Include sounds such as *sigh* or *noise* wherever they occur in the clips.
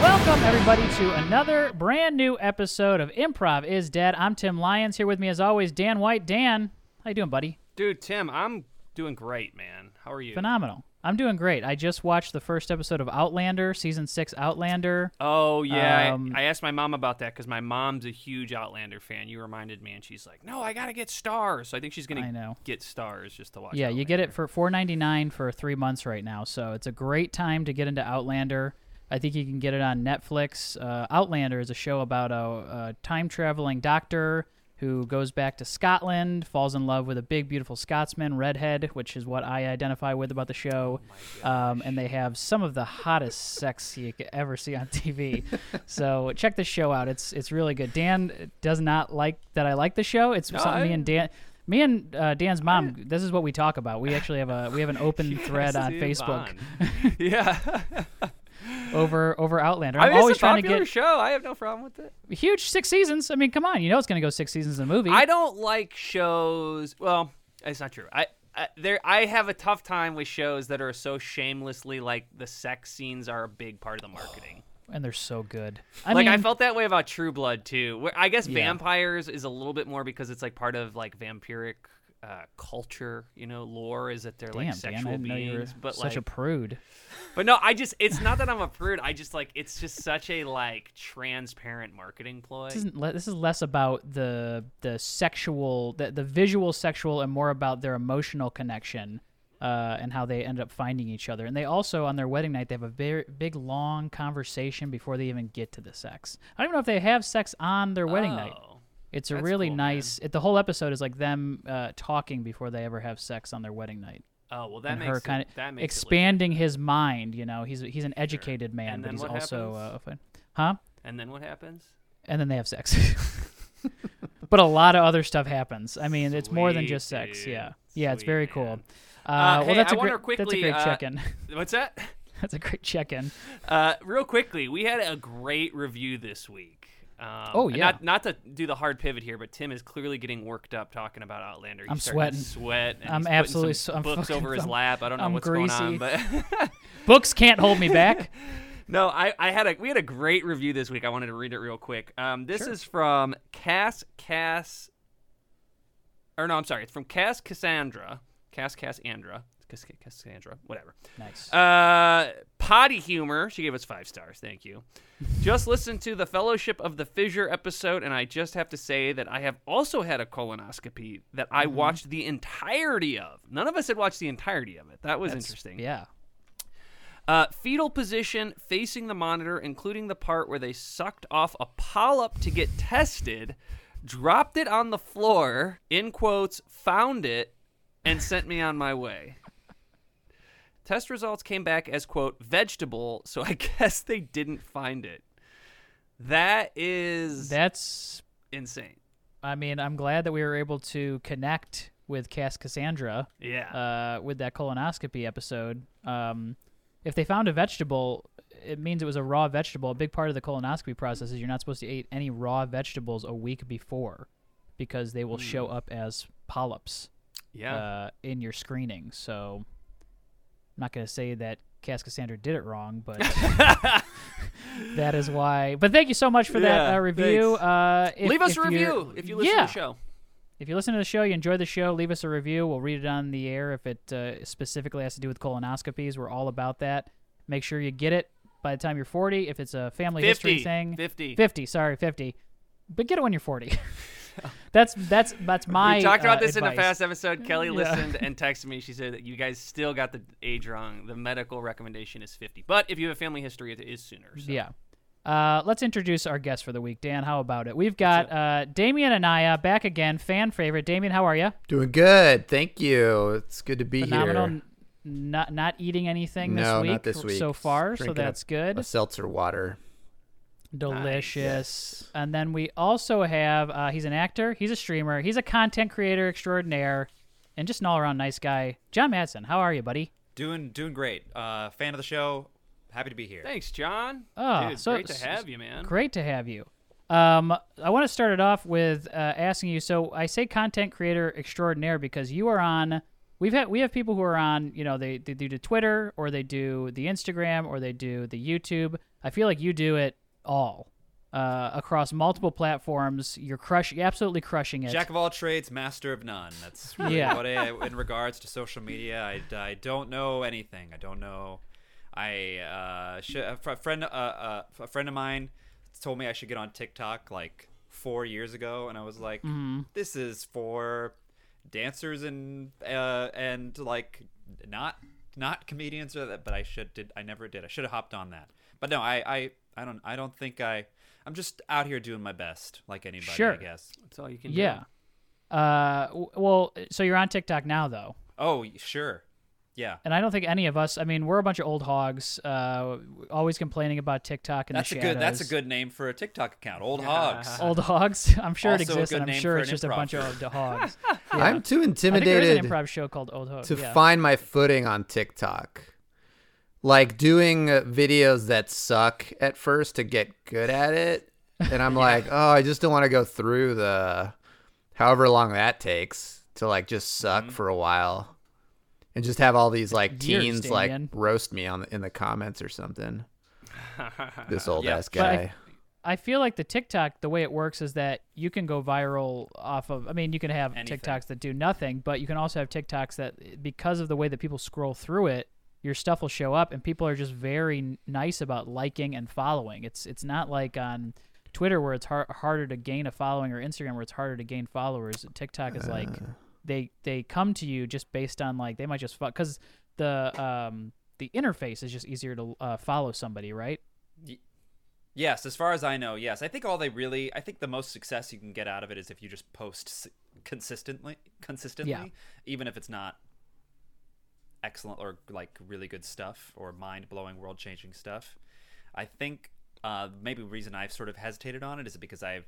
Welcome, everybody, to another brand new episode of Improv is Dead. I'm Tim Lyons. Here with me, as always, Dan White. Dan, how you doing, buddy? Dude, Tim, I'm doing great, man. How are you? Phenomenal. I'm doing great. I just watched the first episode of Outlander, season six Outlander. oh yeah, I- Um, I, asked my mom about that because my mom's a huge Outlander fan. You reminded me, and she's like, "No, I gotta get stars." So I think she's gonna I know. get stars just to watch. Yeah, you get it *laughs* Outlander. for four ninety nine for three months right now, so it's a great time to get into Outlander. I think you can get it on Netflix. Uh, Outlander is a show about a, a time traveling doctor who goes back to Scotland, falls in love with a big, beautiful Scotsman, redhead, which is what I identify with about the show. Oh um, and they have some of the hottest sex you could ever see on *laughs* TV. so check this show out. It's it's really good. Dan does not like that I like the show. It's something me I- and Dan. Me and uh, Dan's mom. This is what we talk about. We actually have a we have an open thread *laughs* Yes, on dude, Facebook Vaughn. *laughs* *laughs* yeah, over over Outlander. I'm I mean, always it's a trying to popular get show. I have no problem with it. huge six seasons. I mean, come on, you know it's going to go six seasons in a movie. I don't like shows. Well, it's not true. I. I there, I have a tough time with shows that are so shamelessly like the sex scenes are a big part of the marketing. and they're so good. I like mean, I felt that way about True Blood too. Where I guess Yeah. vampires is a little bit more because it's like part of like vampiric uh, culture, you know, lore is that they're damn, like Dan, I sexual didn't know you were beings. But such like, a prude. but no, I just it's not that I'm a prude. I just like it's just such a like transparent marketing ploy. This, isn't le- this is less about the the sexual, the, the visual sexual, and more about their emotional connection uh, and how they end up finding each other. And they also, on their wedding night, they have a very big, long conversation before they even get to the sex. I don't even know if they have sex on their wedding night. Oh. It's a that's really cool, man. nice. It, the whole episode is like them uh, talking before they ever have sex on their wedding night, Oh well, that and makes her it- kind that of makes it expanding his mind. You know, he's he's an educated man, And but then he's what also happens? uh, a fun- huh? legit. and then what happens? and then they have sex. *laughs* but a lot of other stuff happens. I mean, it's more than Sweet, just sex. dude. Yeah, yeah, it's Sweet, very man. cool. Uh, Uh, well, hey, that's a I great wanna that's a quickly, great uh, check-in. *laughs* What's that? that's a great check-in. Uh, real quickly, we had a great review this week. Um, Oh, and yeah. Not, not to do the hard pivot here, but Tim is clearly getting worked up talking about Outlander. He's I'm starting to sweating. Sweat. And I'm he's putting absolutely some s- I'm books fucking- over his I'm- lap. I don't know I'm what's greasy. going on, but *laughs* Books can't hold me back. no, I, I had a we had a great review this week. I wanted to read it real quick. Um, this Sure. is from Cass Cass. Or no, I'm sorry. It's from Cass Cassandra. Cass Cassandra. Cass Cassandra. Whatever. nice. Uh, potty humor. She gave us five stars. Thank you. *laughs* just listened to the Fellowship of the Fissure episode, and I just have to say that I have also had a colonoscopy that I watched the entirety of. None of us had watched the entirety of it. That was interesting. yeah. Uh, fetal position, facing the monitor, including the part where they sucked off a polyp to get tested, dropped it on the floor, in quotes, found it, and sent me on my way. Test results came back as, quote, vegetable, so I *laughs* guess they didn't find it. That is That's. insane. I mean, I'm glad that we were able to connect with Cass Cassandra Yeah. uh, with that colonoscopy episode. Um, if they found a vegetable, it means it was a raw vegetable. A big part of the colonoscopy process is you're not supposed to eat any raw vegetables a week before because they will show up as polyps Hmm. yeah. uh, in your screening. So I'm not going to say that Cass Cassandra did it wrong, *laughs* but that is why. But thank you so much for that Yeah, uh, review. thanks. Uh, if- Leave us if a you're- review if you listen yeah. to the show. if you listen to the show, you enjoy the show, leave us a review. We'll read it on the air if it uh, specifically has to do with colonoscopies. We're all about that. Make sure you get it by the time you're 40. If it's a family 50. history thing, 50. 50, sorry, 50. But get it when you're 40. *laughs* that's that's that's my. we talked about uh, this in the advice. past episode. Kelly Yeah. listened and texted me. She said that you guys still got the age wrong. The medical recommendation is 50, but if you have family history, it is sooner. So. Yeah. Uh, let's introduce our guest for the week, Dan. How about it? We've got uh, Damien Anaya back again, fan favorite. Damien, how are you? Doing good. Thank you. It's good to be Phenomenal. here. N- Not not eating anything no, this week not this week. so Just far, so drinking a- that's good. A seltzer water. Delicious. Yes. And then we also have uh, he's an actor, he's a streamer, he's a content creator extraordinaire, and just an all around nice guy. John Madsen, how are you, buddy? Doing doing great. Uh, fan of the show. Happy to be here. Thanks, John. Oh, Dude, it's so- great s- to have you, man. Great to have you. Um, I want to start it off with uh, asking you. So I say content creator extraordinaire because you are on. We've had we have people who are on. You know, they they do the Twitter or they do the Instagram or they do the YouTube. I feel like you do it all uh, across multiple platforms. You're crush, you're absolutely crushing it. Jack of all trades, master of none. That's *laughs* really Yeah. what I, in regards to social media, I, I don't know anything. I don't know. I uh, sh- a fr- friend uh, uh, a friend of mine told me I should get on TikTok like four years ago, and I was like, Mm-hmm. this is for dancers and uh, and like not not comedians or that. But I should did I never did. I should have hopped on that. But no, I, I I don't I don't think I. I'm just out here doing my best, like anybody, Sure. I guess. That's all you can do. yeah. Uh, w- well, so you're on TikTok now though, Oh, y- sure. Yeah. and I don't think any of us. I mean, we're a bunch of old hogs, uh, always complaining about TikTok and That's the a shadows. good that's a good name for a TikTok account. Old Hogs. *laughs* old hogs. I'm sure it Also a exists, good and I'm name sure for it's an just a improv bunch of old hogs. *laughs* I'm too I think there is intimidated an improv show called Old Hogs. to Oh, yeah. find my footing on TikTok. Like doing uh, videos that suck at first to get good at it. And *laughs* I'm like, oh, I just don't want to go through the however long that takes to like just suck Mm-hmm. for a while and just have all these like Years, teens like Damien. roast me on the, in the comments *laughs* or something. This old Yeah. ass But I- guy. I feel like the TikTok, the way it works is that you can go viral off of. I mean, you can have Anything. TikToks that do nothing, but you can also have TikToks that, because of the way that people scroll through it, your stuff will show up, and people are just very n- nice about liking and following. It's it's not like on Twitter where it's har- harder to gain a following or Instagram where it's harder to gain followers. TikTok is like they they come to you just based on like they might just fuck because the um the interface is just easier to uh, follow somebody, right? Yes, as far as I know, yes. I think all they really I think the most success you can get out of it is if you just post s- consistently consistently even if it's not excellent or like really good stuff or mind-blowing world-changing stuff. I think uh, maybe the reason I've sort of hesitated on it is because I've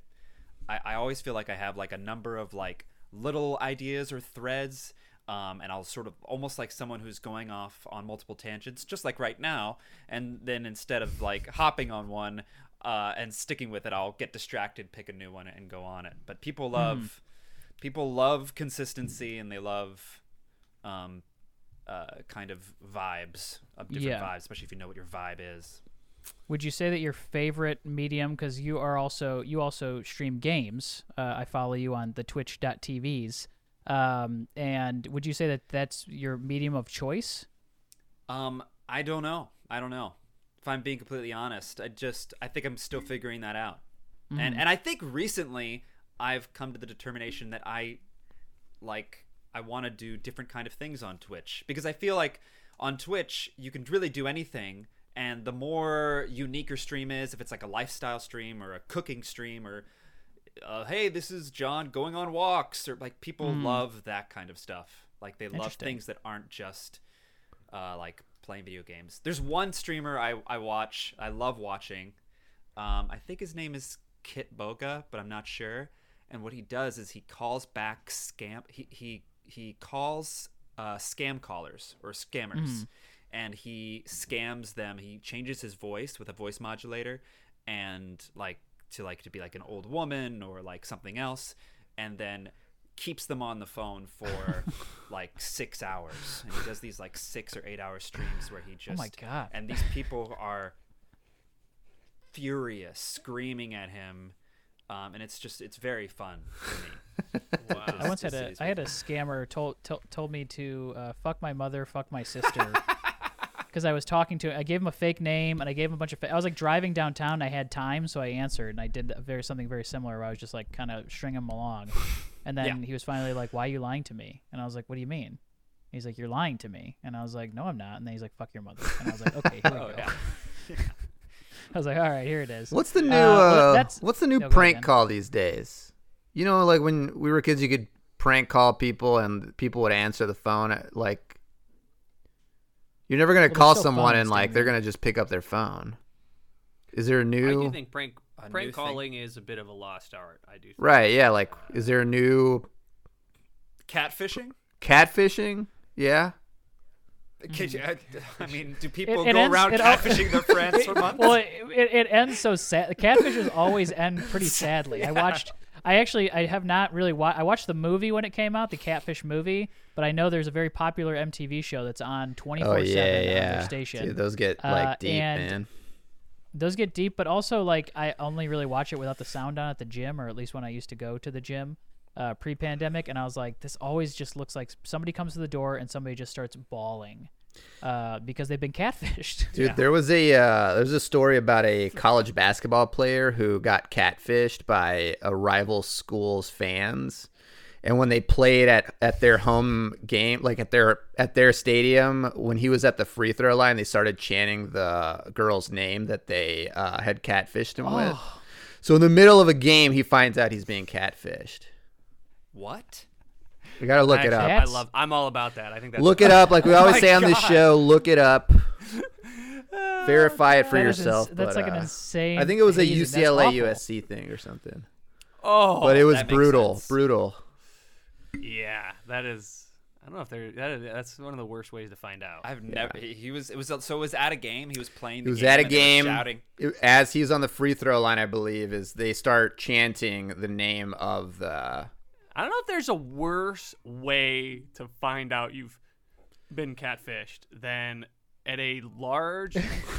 I, I always feel like I have like a number of like little ideas or threads, um, and I'll sort of almost like someone who's going off on multiple tangents, just like right now. And then instead of like hopping on one uh, and sticking with it, I'll get distracted, pick a new one, and go on it. But people love people love consistency, and they love um, uh, kind of vibes of different Yeah. vibes, especially if you know what your vibe is. Would you say that your favorite medium, because you are also you also stream games? Uh, I follow you on the Twitch.tvs. Um, and would you say that that's your medium of choice? Um, I don't know. I don't know. If I'm being completely honest, I just I think I'm still figuring that out. And and I think recently I've come to the determination that I like I want to do different kind of things on Twitch because I feel like on Twitch you can really do anything and the more unique your stream is if it's like a lifestyle stream or a cooking stream or uh, hey this is John going on walks or like people love that kind of stuff like they love Interesting. things that aren't just uh, like playing video games. There's one streamer I, I watch, I love watching. Um, I think his name is Kit Boga, but I'm not sure. And what he does is he calls back scam. He he he calls uh, scam callers or scammers, Mm-hmm. and he scams them. He changes his voice with a voice modulator, and like to like to be like an old woman or like something else, and then keeps them on the phone *laughs* for like six hours. And he does these like six or eight hour streams where he just Oh my God. and these people are furious, screaming at him. Um, and it's just it's very fun for me. I once had a I had a scammer told told, told me to uh, fuck my mother, fuck my sister, because I was talking to. I gave him a fake name and I gave him a bunch of. Fa- I was like driving downtown. and I had time, so I answered and I did a very something very similar. Where I was just like kind of stringing him along, and then Yeah. he was finally like, "Why are you lying to me?" And I was like, "What do you mean?" He's like, "You're lying to me," and I was like, "No, I'm not." And then he's like, "Fuck your mother," and I was like, "Okay, here we Oh, go." I was like, "All right, here it is." What's the new Uh, uh, well, that's- what's the new No, go prank again. call these days? You know, like when we were kids, you could prank call people and people would answer the phone. uh, Like, you're never gonna Well, there's call still someone phones, and like they're gonna just pick up their phone. Is there a I new do think prank A new prank thing. calling is a bit of a lost art. I do. Think. right? Yeah, like is there a new catfishing. catfishing? Yeah, Ca- I mean, do people Mm-hmm. it go ends- around it al- *laughs* catfishing their friends for months? well, it, it, it ends so sad. The catfishes always end *laughs* pretty sadly. I watched. I actually I have not really watched. I watched the movie when it came out, the Catfish movie. But I know there's a very popular MTV show that's on 24 oh yeah, seven on yeah. their station. Dude, those get Uh, like deep, and- man. those get deep, but also like I only really watch it without the sound on at the gym, or at least when I used to go to the gym uh, pre-pandemic, and I was like, this always just looks like somebody comes to the door and somebody just starts bawling uh, because they've been catfished. Dude, there was a uh, there's a story about a college basketball player who got catfished by a rival school's fans, and when they played at at their home game, like at their at their stadium, when he was at the free throw line, they started chanting the girl's name that they uh, had catfished him with. Oh. So in the middle of a game, he finds out he's being catfished. What? We gotta look I it actually- up. I That's- Oh love. I'm all about that. I think that's Look it *laughs* up, like we always say on this show. Look it up. Verify it *laughs* for That is ins- yourself. that's but, like an uh, insane. I think it was a thing. That's UCLA awful. USC thing or something. Oh, But it was that makes brutal, sense. brutal. yeah. That is. I don't know if they're. That is, that's one of the worst ways to find out. I've never. He he was. It was. So it was at a game. He was playing. It The was game at a and they were game. *laughs* Shouting. It- As he's on the free throw line, I believe, is they start chanting the name of the. I don't know if there's a worse way to find out you've been catfished than at a *laughs* large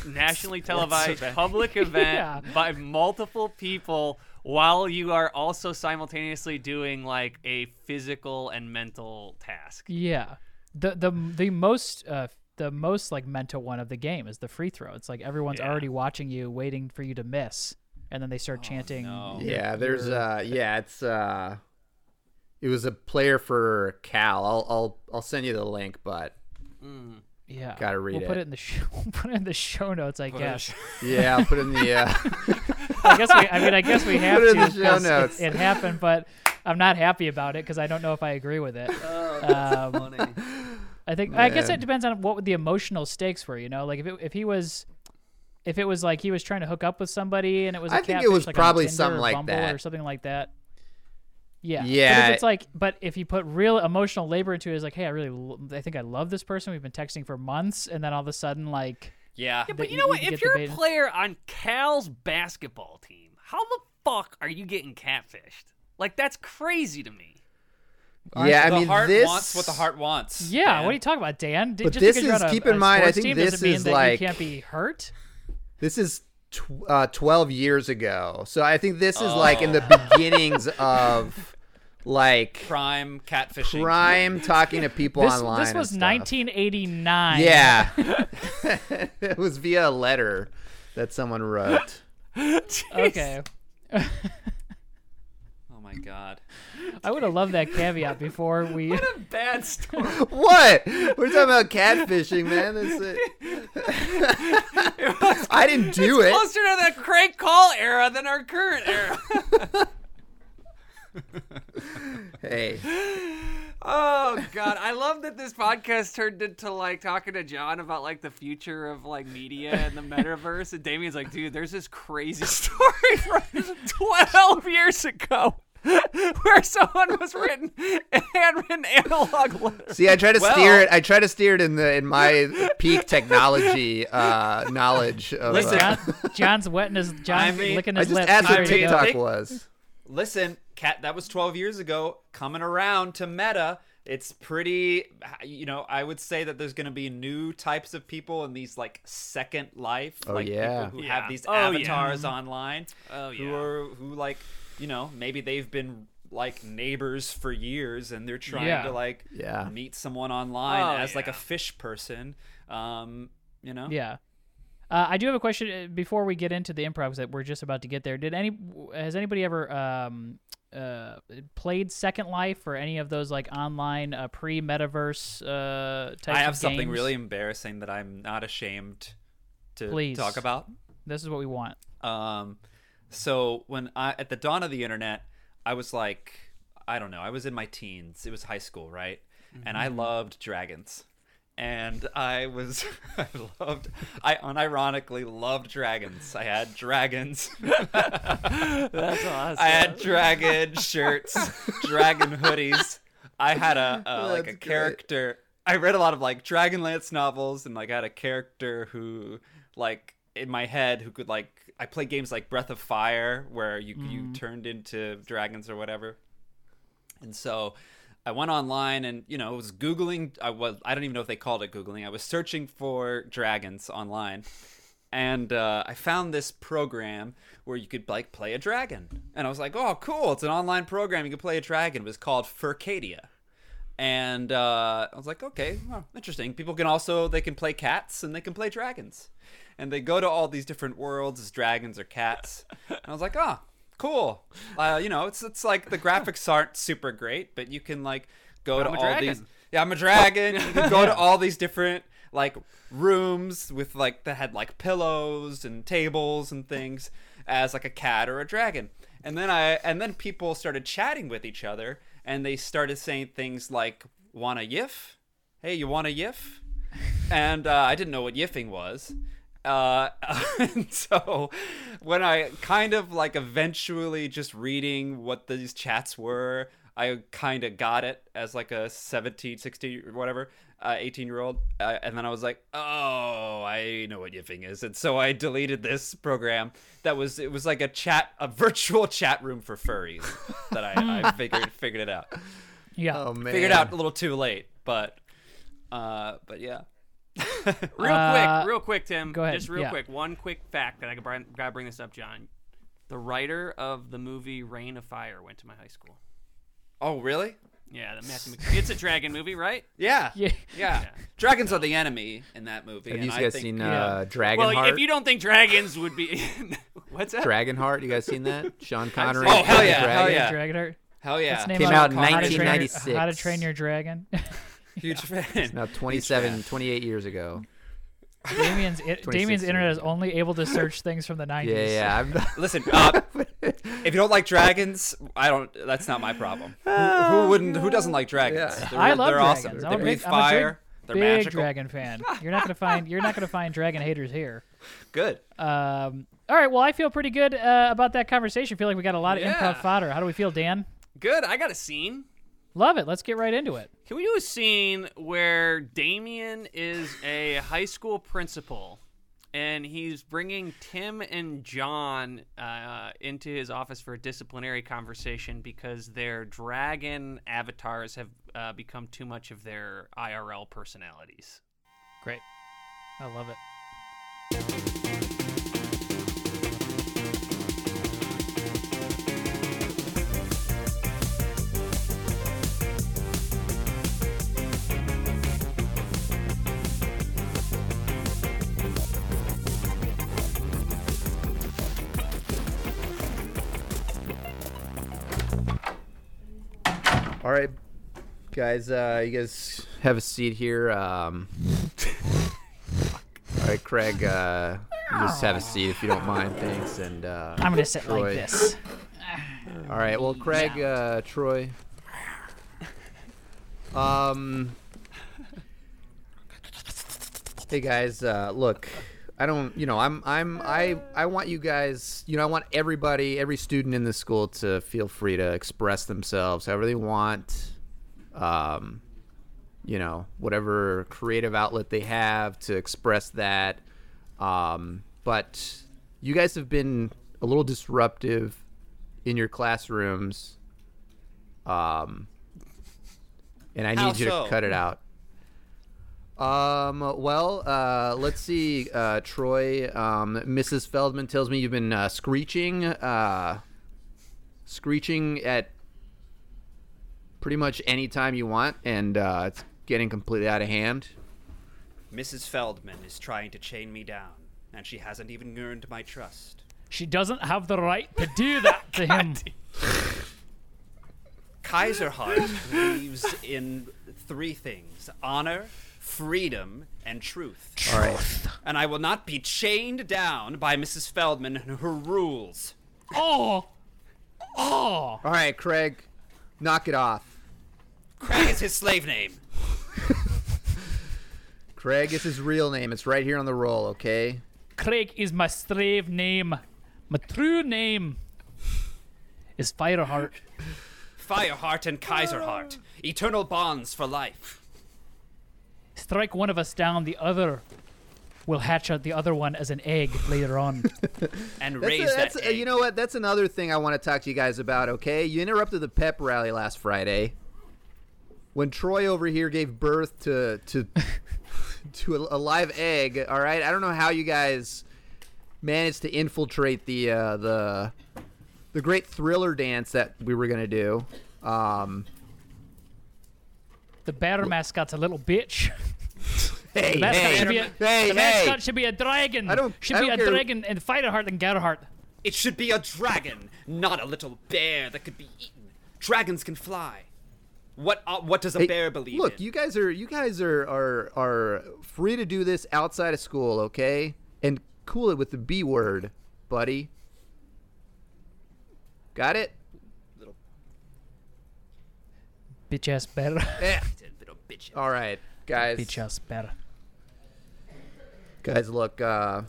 nationally televised public event Yeah. by multiple people while you are also simultaneously doing like a physical and mental task. Yeah, the the the most uh, the most like mental one of the game is the free throw. It's like everyone's Yeah. already watching you, waiting for you to miss, and then they start chanting. Oh, no. your- Yeah, there's your- uh yeah, it's uh it was a player for Cal. I'll I'll I'll send you the link, but yeah. gotta read we'll Put it. it in the show. *laughs* We'll put it in the show notes, I it in the guess. yeah, I'll put in the *laughs* uh I guess we, I mean, I guess we have *laughs* Put it to. in the show 'cause notes. It, it happened, but I'm not happy about it because I don't know if I agree with *laughs* it. Oh. um, I think I guess Man. it depends on what the emotional stakes were. You know, like if it, if he was. If it was like he was trying to hook up with somebody and it was, I I think it was like probably on Tinder something or like Bumble that. or something like that. Yeah, But Yeah. if it's like, but if you put real emotional labor into it, it's like, hey, I really, lo- I think I love this person. We've been texting for months, and then all of a sudden, like, Yeah. But you you know need what? to get If the you're a bait- player on Cal's basketball team, how the fuck are you getting catfished? Like that's crazy to me. Yeah, I the mean heart this wants what the heart wants. Yeah, man. what are you talking about, Dan? D- But just this because you're is- on a, keep in a mind, I sports think team this doesn't mean is that like- you can't be hurt. This is tw- uh, 12 years ago. So I think this is like in Oh. *laughs* the beginnings of like Prime catfishing. crime *laughs* talking to people This, online. this and was stuff. 1989. *laughs* Yeah. *laughs* *laughs* it was via a letter that someone wrote. Okay. Oh my god. I would have loved that caveat before *laughs* we. Bad story. What? We're talking about catfishing, man. This *laughs* is- I didn't do it. Closer to the crank call era than our current *laughs* era. Hey, Oh God, I love that this podcast turned into like talking to John about like the future of like media and the metaverse, and Damien's like, dude, there's this crazy *laughs* story from 12 years ago where someone was written handwritten analog letters. see, I try to Well- steer it. I try to steer it in the in my peak technology uh, knowledge. Of, Listen, uh, John, John's wetting his. John's mean, licking I his just lips. asked There what you go. TikTok think- was. Listen, cat. That was 12 years ago. Coming around to Meta. It's pretty. You know, I would say that there's going to be new types of people in these like Second Life, Oh, like yeah. people who Yeah. have these Oh, yeah. avatars online, Oh, who yeah. are who like, you know, maybe they've been like neighbors for years and they're trying Yeah. to like Yeah. meet someone online Oh, as like yeah. a fish person. Um, you know. Yeah. Uh, I do have a question uh, before we get into the improv that we're just about to get there. Did any has anybody ever um, uh, played Second Life or any of those like online uh, pre metaverse uh, types? I have of something games? really embarrassing that I'm not ashamed to Please. talk about. This is what we want. Um, so when I at the dawn of the internet, I was like, I don't know, I was in my teens. It was high school, right? And I loved dragons, and I was, *laughs* I loved, I unironically loved dragons. I had dragons. *laughs* That's awesome. I had *laughs* dragon shirts, dragon hoodies. I had a, a like That's a great. character. I read a lot of like Dragonlance novels, and like I had a character who, like in my head, who could like I played games like Breath of Fire, where you Mm. you turned into dragons or whatever. And so I went online and you know, I was googling I was I don't even know if they called it googling. I was searching for dragons online and uh, I found this program where you could like play a dragon, and I was like, "Oh, cool! It's an online program. You can play a dragon." It was called Furcadia, and uh, I was like, "Okay, well, interesting." People can also they can play cats and they can play dragons, and they go to all these different worlds as dragons or cats. and I was like, "Ah, cool! Uh, you know, it's it's like the graphics aren't super great, but you can like go I'm to a all dragon. these." Yeah, I'm a dragon. You can go to all these different like rooms with like that had like pillows and tables and things as like a cat or a dragon. And then I and then people started chatting with each other and they started saying things like "Want a yiff? Hey, you want a yiff?" And uh, I didn't know what yiffing was. Uh, *laughs* and so when I kind of like eventually just reading what these chats were, I kind of got it as like a 17, 16, or whatever, uh, 18 year old. Uh, and then I was like, oh, I know what yiffing is. And so I deleted this program that was, it was like a chat, a virtual chat room for furries that I, I figured, figured it out. Yeah. Oh man. Figured out a little too late, but, uh, but yeah. Real Uh, quick, real quick, Tim. go ahead, Just real yeah. quick. One quick fact that I got to bring this up, John. The writer of the movie Rain of Fire went to my high school. Oh, really? Yeah, the Matthew Mc- it's a dragon movie, right? Yeah. *laughs* Yeah. Yeah. Dragons are the enemy in that movie. Have and you I guys think- seen uh, Dragonheart? well, if you don't think dragons would be, *laughs* what's that? Dragonheart, you guys seen that? Sean Connery. Oh, hell playing yeah, a hell dragon. yeah. Dragonheart. Hell yeah. Its name Came on- out in How to Train Your- 1996. How to Train Your Dragon. *laughs* *laughs* Huge fan. Now 27, 28 years ago. Damien's, *laughs* it, Damien's 2016. internet is only able to search things from the 90s. Yeah, yeah. I'm, Listen, uh, if you don't like dragons, I don't. That's not my problem. Who, who wouldn't? Who doesn't like dragons? Oh, Yeah. They're, I love they're dragons. awesome. I'm they a breathe big- I'm a big- fire. They're Big magical. dragon fan. You're not gonna find you're not gonna find dragon haters here. Good. Um, all right. Well, I feel pretty good uh, about that conversation. feel like we got a lot of Yeah. improv fodder. How do we feel, Dan? Good. I got a scene. Love it. Let's get right into it. Can we do a scene where Damien is a high school principal and he's bringing Tim and John uh, into his office for a disciplinary conversation because their dragon avatars have uh, become too much of their IRL personalities? Great. I love it. all right, guys. Uh, you guys have a seat here. *laughs* Um, all right, Craig. Uh, you just have a seat if you don't mind. Thanks. And uh, I'm gonna sit Troy. like this. All right. Well, Craig, uh, Troy. Um. Hey guys, uh, look, I don't, you know, I'm, I'm, I, I want you guys, you know, I want everybody, every student in the school to feel free to express themselves however they want. Um, you know, whatever creative outlet they have to express that. Um, but you guys have been a little disruptive in your classrooms. Um, and I need How you to so? cut it out. Um, well, uh, let's see, uh, Troy. Um, Mrs. Feldman tells me you've been uh, screeching, uh, screeching at pretty much any time you want, and uh, it's getting completely out of hand. Mrs. Feldman is trying to chain me down, and she hasn't even earned my trust. She doesn't have the right to do that to him. Kaiserheart believes in three things: honor, freedom, and truth. All right. And I will not be chained down by Mrs. Feldman and her rules. Oh, oh. All right, Craig, knock it off. Craig is his slave name. Craig is his real name. It's right here on the roll, okay? Craig is my slave name. My true name is Fireheart. Fireheart and Kaiserheart, eternal bonds for life. Strike one of us down, the other will hatch out the other one as an egg later on. That's And raise a- that's that a- egg. you know what? That's another thing I want to talk to you guys about, okay? You interrupted the pep rally last Friday when Troy over here gave *laughs* birth to to to a, a live egg, all right? I don't know how you guys managed to infiltrate the uh, the the great thriller dance that we were gonna do. Um, The bear mascot's a little bitch. *laughs* hey, The mascot hey, should be a, hey, the hey. mascot should be a dragon. I don't- should I be don't a care. dragon and Fighterheart and Gerhardt. It should be a dragon, not a little bear that could be eaten. Dragons can fly. What uh, what does a Hey, bear believe Look, in? you guys are you guys are are are free to do this outside of school, okay? And cool it with the B word, buddy. Got it? Bitch ass *laughs* bear. Eh. little bitch. All right, guys. Bitch ass bear. Guys, look, uh,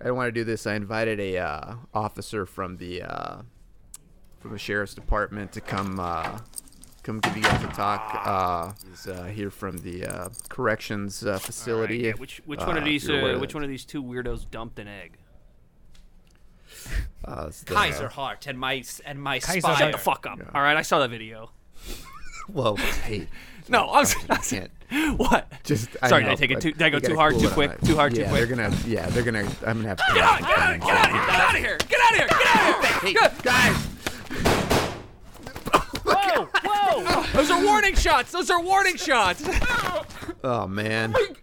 I don't want to do this. I invited a uh, officer from the uh, from the sheriff's department to come uh, come give you guys a talk. Uh, he's uh, here from the uh, corrections uh, Alright, facility. yeah, which which one uh, of these you're aware uh, of which that. one of these two weirdos dumped an egg? Uh, it's the- *laughs* Kaiser heart and my s- and my Kaiser spire. Shut the fuck up. All right, I saw that video. Whoa, hey, No, I'm. I can't. *laughs* what? Just Sorry, I did I know, take it but too- did I go you gotta too hard, cool too it on quick, it. too hard, too yeah, quick? They're gonna, yeah, they're gonna. I'm gonna have to. Get out! Get out! Get out of here! Get out of here! Get out of here! Get out of here! Get- guys. Whoa! Whoa! Those are warning shots. Those are warning shots. Oh man. Oh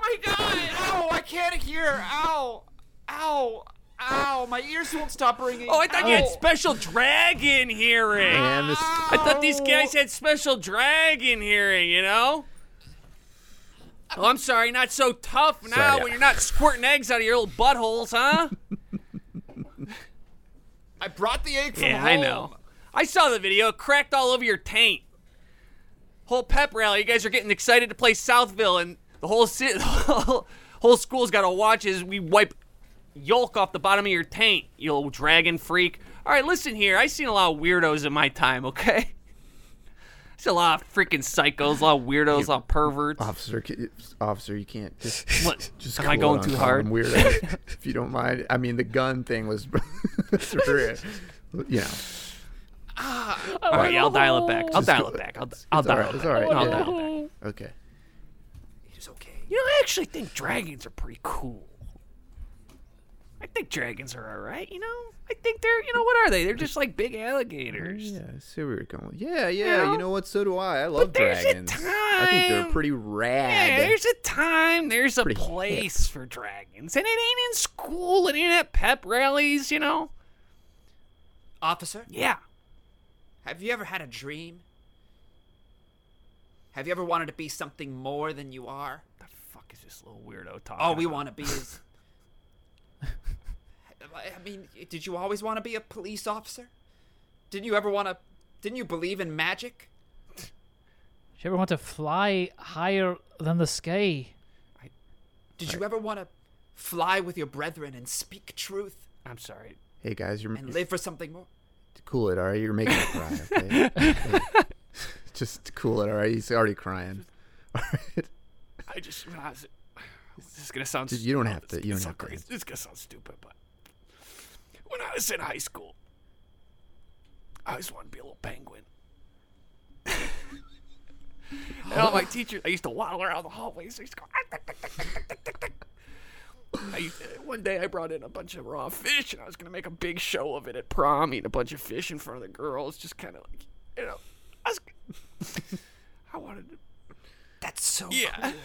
my god! Ow! I can't hear! Ow! Ow! Ow! My ears won't stop ringing. Oh, I thought you had special dragon hearing. Man, this. I thought these guys had special dragon hearing, you know? Oh, I'm sorry, not so tough now Sorry, when yeah. you're not squirting eggs out of your little buttholes, huh? I brought the egg from yeah, I know. I saw the video. It cracked all over your taint. Whole pep rally. You guys are getting excited to play Southville, and the whole si- *laughs* the whole, whole school's got to watch as we wipe yolk off the bottom of your taint, you little dragon freak. All right, listen here. I seen a lot of weirdos in my time. Okay. There's a lot of freaking psychos, a lot of weirdos, a lot of perverts. Officer, c- officer, you can't just. What? Just Am I cool going it too on hard? Tom, *laughs* Weirdo, if you don't mind. I mean, the gun thing was, *laughs* you know. All right, yeah, I'll dial it back. I'll Just dial go- it back. I'll, I'll it's dial alright, it it's back. alright, I'll yeah. dial it back. Okay. It's okay. You know, I actually think dragons are pretty cool. I think dragons are all right. You know, I think they're. You know, what are they? They're just like big alligators. Yeah, I see where you're going. with- Yeah, yeah. You know what? So do I. I love there's a dragons. I think they're time- pretty rad. Yeah, there's a time, there's a Pretty hip. place for dragons, and it ain't in school. It ain't at pep rallies. You know. Officer, Yeah. have you ever had a dream? Have you ever wanted to be something more than you are? What the fuck is this little weirdo talking? All Oh, we about? want to *laughs* be is. I I mean, did you always want to be a police officer? Didn't you ever want to? Didn't you believe in magic? She ever want to fly higher than the sky? Did you ever want to fly with your brethren and speak truth I'm sorry. Hey guys, you're and live for something more? cool it. All right, you're making me cry. Okay. *laughs* *laughs* Hey, Just cool it. All right, he's already crying. *laughs* All right. *laughs* I just when I was. *sighs* This is gonna sound. Dude, you don't stu- have to- it's you gonna sound don't have to. crazy. This is gonna sound stupid, but when I was in high school, I always wanted to be a little penguin. *laughs* and all my teachers, I used to waddle around the hallways. I used to go. "Ah, tick, tick, tick, tick, tick, tick, tick, tick." I used to- one day I brought in a bunch of raw fish and I was gonna make a big show of it at prom, eating a bunch of fish in front of the girls, just kind of like, you know, I was, *laughs* I wanted to That's so. yeah. *laughs*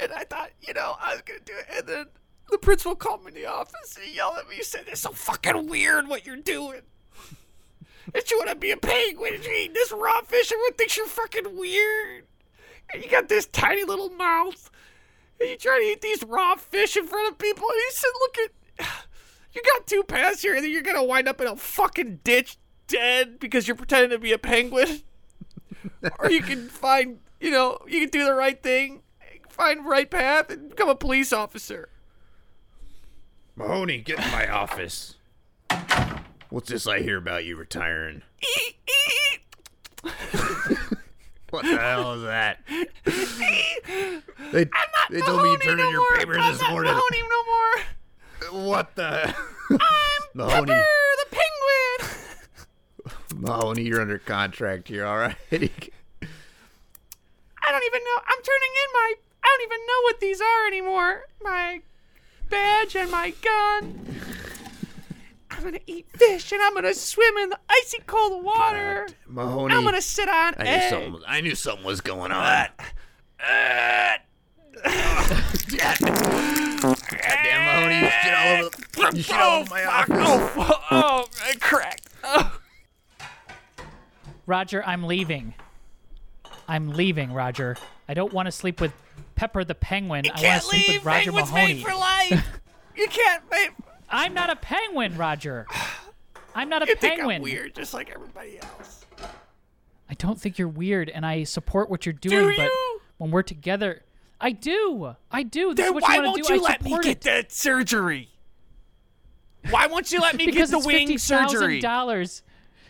And I thought, you know, I was gonna do it. And then the principal called me in the office and he yelled at me. He said, "It's so fucking weird what you're doing. *laughs* That you want to be a penguin and you eat this raw fish. Everyone thinks you're fucking weird. And you got this tiny little mouth. And you try to eat these raw fish in front of people." And he said, "Look at, *sighs* you got two paths here. Either you're gonna wind up in a fucking ditch, dead because you're pretending to be a penguin." *laughs* or *laughs* you can find, you know, you can do the right thing, find right path, and become a police officer. Mahoney, get in my office. What's this I hear about you retiring? What the hell is that? They, they told me you turned in your paper this morning. Mahoney no more. What the? *laughs* Mahoney, You're the penguin. Mahoney, you're under contract here. All right. I *laughs* don't even know. I'm turning in my. I don't even know what these are anymore. My badge and my gun. I'm gonna eat fish and I'm gonna swim in the icy cold water. Mahoney. I'm gonna sit on I knew, eggs. something, was- I knew something was going on. Goddamn Mahoney, you shit all over the, you shit all over my office. Oh, fu- oh, I cracked. Oh. Roger, I'm leaving. I'm leaving, Roger. I don't want to sleep with Pepper the Penguin. I want to sleep with Roger Penguins Mahoney. made for life. *laughs* you can't. Wait. I'm not a penguin, *sighs* Roger. I'm not a You think penguin. I'm weird, just like everybody else. I don't think you're weird, and I support what you're doing. Do but you? when we're together, I do. I do. This Then is what why you want won't to do. you I let me support get it. that surgery? Why won't you *laughs* let me because get the it's wing fifty surgery? thousand dollars.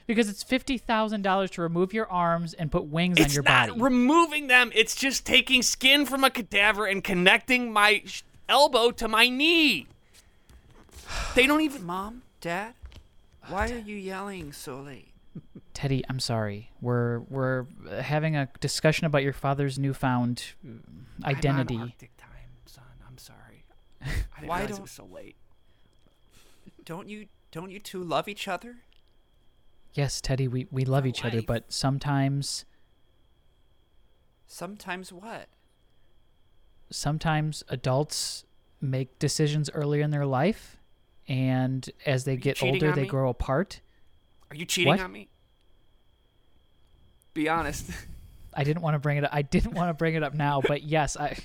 Because it's fifty thousand dollars to remove your arms and put wings on It's your not body. removing them. It's just taking skin from a cadaver and connecting my sh- elbow to my knee. They don't even. Mom, Dad, why are you yelling so late? Teddy, I'm sorry. We're we're having a discussion about your father's newfound uh, identity. I'm on Arctic time, son. I'm sorry. I didn't why realize it was so late. Don't you don't you two love each other? Yes, Teddy, we, we love each other, life. but sometimes Sometimes what? sometimes adults make decisions earlier in their life and as they get cheating older on they me? grow apart. Are you cheating What? on me? Be honest. *laughs* I didn't want to bring it up I didn't want to bring it up now, but yes, I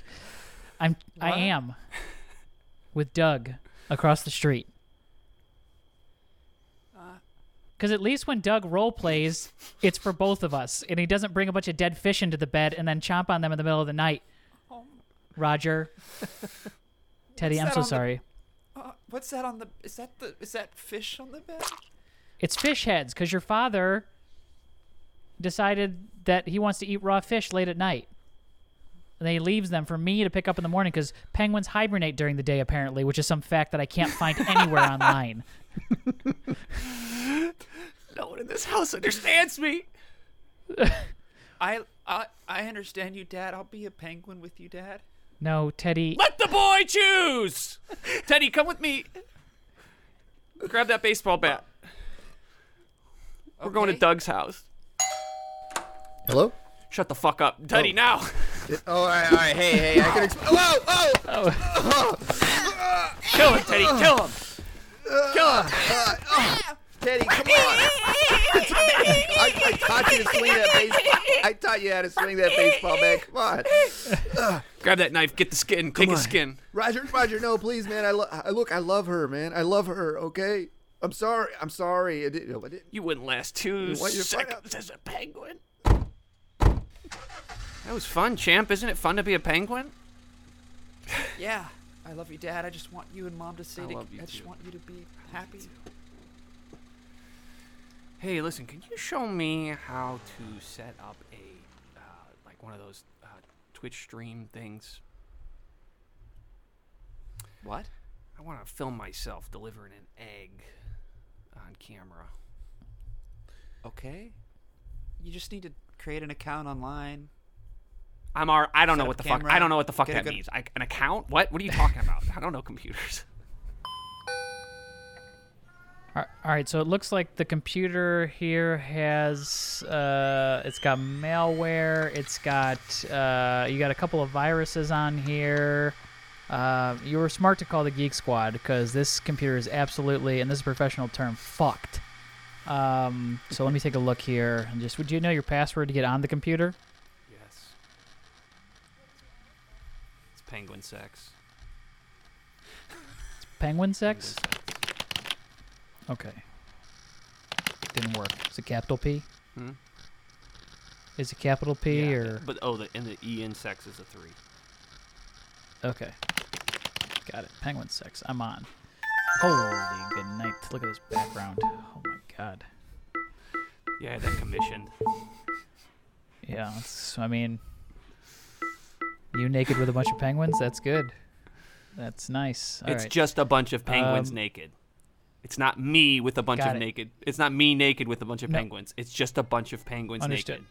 I'm I am with Doug across the street. Uh. Because at least when Doug role plays, it's for both of us, and he doesn't bring a bunch of dead fish into the bed and then chomp on them in the middle of the night. *laughs* Roger, Teddy, I'm Oh. that so on the- sorry. Uh, what's that on the? Is that the? Is that fish on the bed? It's fish heads because your father decided that he wants to eat raw fish late at night. And then he leaves them for me to pick up in the morning because penguins hibernate during the day, apparently, which is some fact that I can't find anywhere online. No one in this house understands me. I I I understand you, Dad. I'll be a penguin with you, Dad. No, Teddy, Let the boy choose. Teddy, come with me. Grab that baseball bat. We're going to Okay. Doug's house. Hello? Shut the fuck up, Teddy. Now. Oh, all right, all right. Hey, hey, I can exp- Whoa, oh! Kill him, Teddy. Kill him. Kill him. Teddy, come *laughs* on! I, I taught you to swing that baseball. I taught you how to swing that baseball bat. Come on, Grab that knife. Get the skin. Take his on. skin. Roger, Roger. No, please, man. I, lo- I look. I love her, man. I love her. Okay. I'm sorry. I'm sorry. I didn't. I didn't. You wouldn't last two want you to find seconds as a penguin. That was fun, champ. Isn't it fun to be a penguin? Yeah, I love you, Dad. I just want you and Mom to stay. I to- love you I just too. want you to be happy. Hey, listen. Can you show me how to set up a uh, like one of those uh, Twitch stream things? What? I want to film myself delivering an egg on camera. Okay. You just need to create an account online. I'm our. I don't know up what the a fuck. I camera, don't know what the fuck get a that good- means. I, an account? What? What are you talking about? I don't know computers. *laughs* Ar- All right, so it looks like the computer here has uh, it's got malware. It's got uh, you got a couple of viruses on here. Uh, you were smart to call the Geek Squad because this computer is absolutely, and this is a professional term, fucked. Um, so let me take a look here. And just, would you know your password to get on the computer? Yes. It's penguin sex. Penguin sex. Okay. Didn't work. Is it capital P? Hmm? Is it capital P or? But oh, the and the e in sex is a three. Okay. Got it. Penguin sex. I'm on. Holy good night. Look at this background. Oh my god. Yeah, I had that commissioned. Yeah, it's, I mean, you naked with a bunch of penguins? That's good. That's nice. All right. it's just a bunch of penguins Um, naked. It's not me with a bunch got of it. naked. It's not me naked with a bunch of No. penguins. It's just a bunch of penguins Understood. naked.